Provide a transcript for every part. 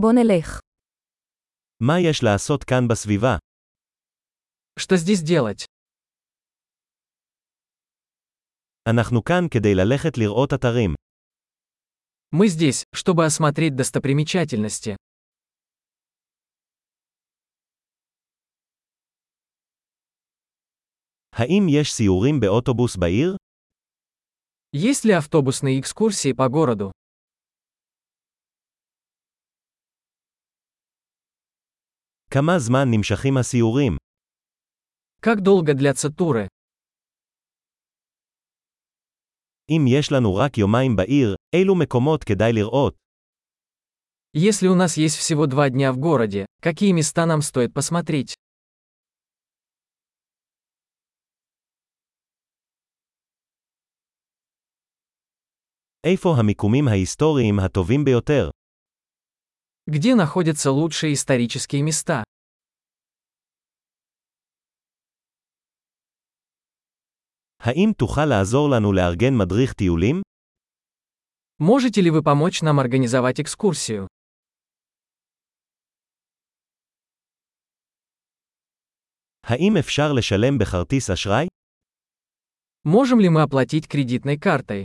בוא נלך. מה יש לעשות כאן בסביבה? Что здесь делать? אנחנו כאן כדי ללכת לראות אתרים. Мы здесь, чтобы осмотреть достопримечательности. האם יש סיורים באוטובוס בעיר? Есть ли автобусные экскурсии по городу? כמה זמן נמשכים הסיורים? Как долго длятся туры? אם יש לנו רק יומיים בעיר, אילו מקומות כדאי לראות? Если у нас есть всего два дня в городе, какие места нам стоит посмотреть? איפה המיקומים ההיסטוריים הטובים ביותר? Где находятся лучшие исторические места? האם תוכל לעזור לנו לארגן מדריך טיולים? Можете ли вы помочь нам организовать экскурсию? האם אפשר לשלם בכרטיס אשראי? Можем ли мы оплатить кредитной картой?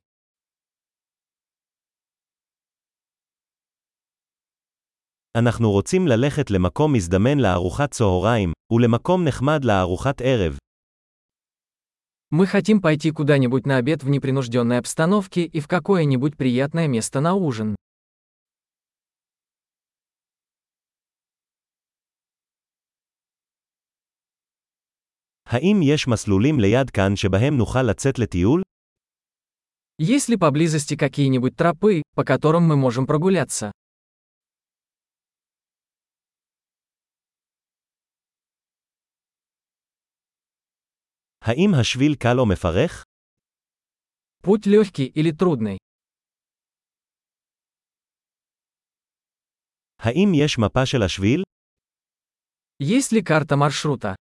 אנחנו רוצים ללכת למקום מזדמן לארוחת צהריים, ולמקום נחמד לארוחת ערב. Мы хотим пойти куда-нибудь на обед в непринужденной обстановке и в какое-нибудь приятное место на ужин. האם יש מסלולים ליד כאן שבהם נוכל לצאת לטיול? Есть ли поблизости какие-нибудь тропы, по которым мы можем прогуляться? האם השביל קל או מפרך? Путь легкий или трудный? האם יש מפה של השביל? Есть ли карта маршрута?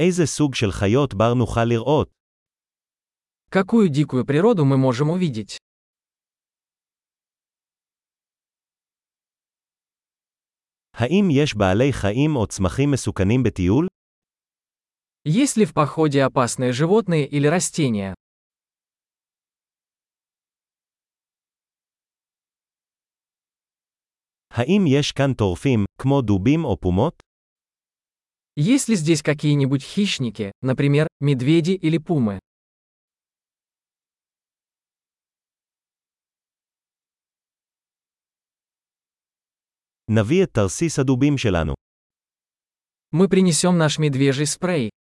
איזה סוג של חיות בר נוכל לראות? Какую дикую природу мы можем увидеть? האם יש בעלי חיים או צמחים מסוכנים בטיול? Есть ли в походе опасные животные или растения? האם יש כאן טורפים, כמו דובים או פומות? Есть ли здесь какие-нибудь хищники, например, медведи или пумы? נביא את תרסיס הדובים שלנו. Мы принесем наш медвежий спрей.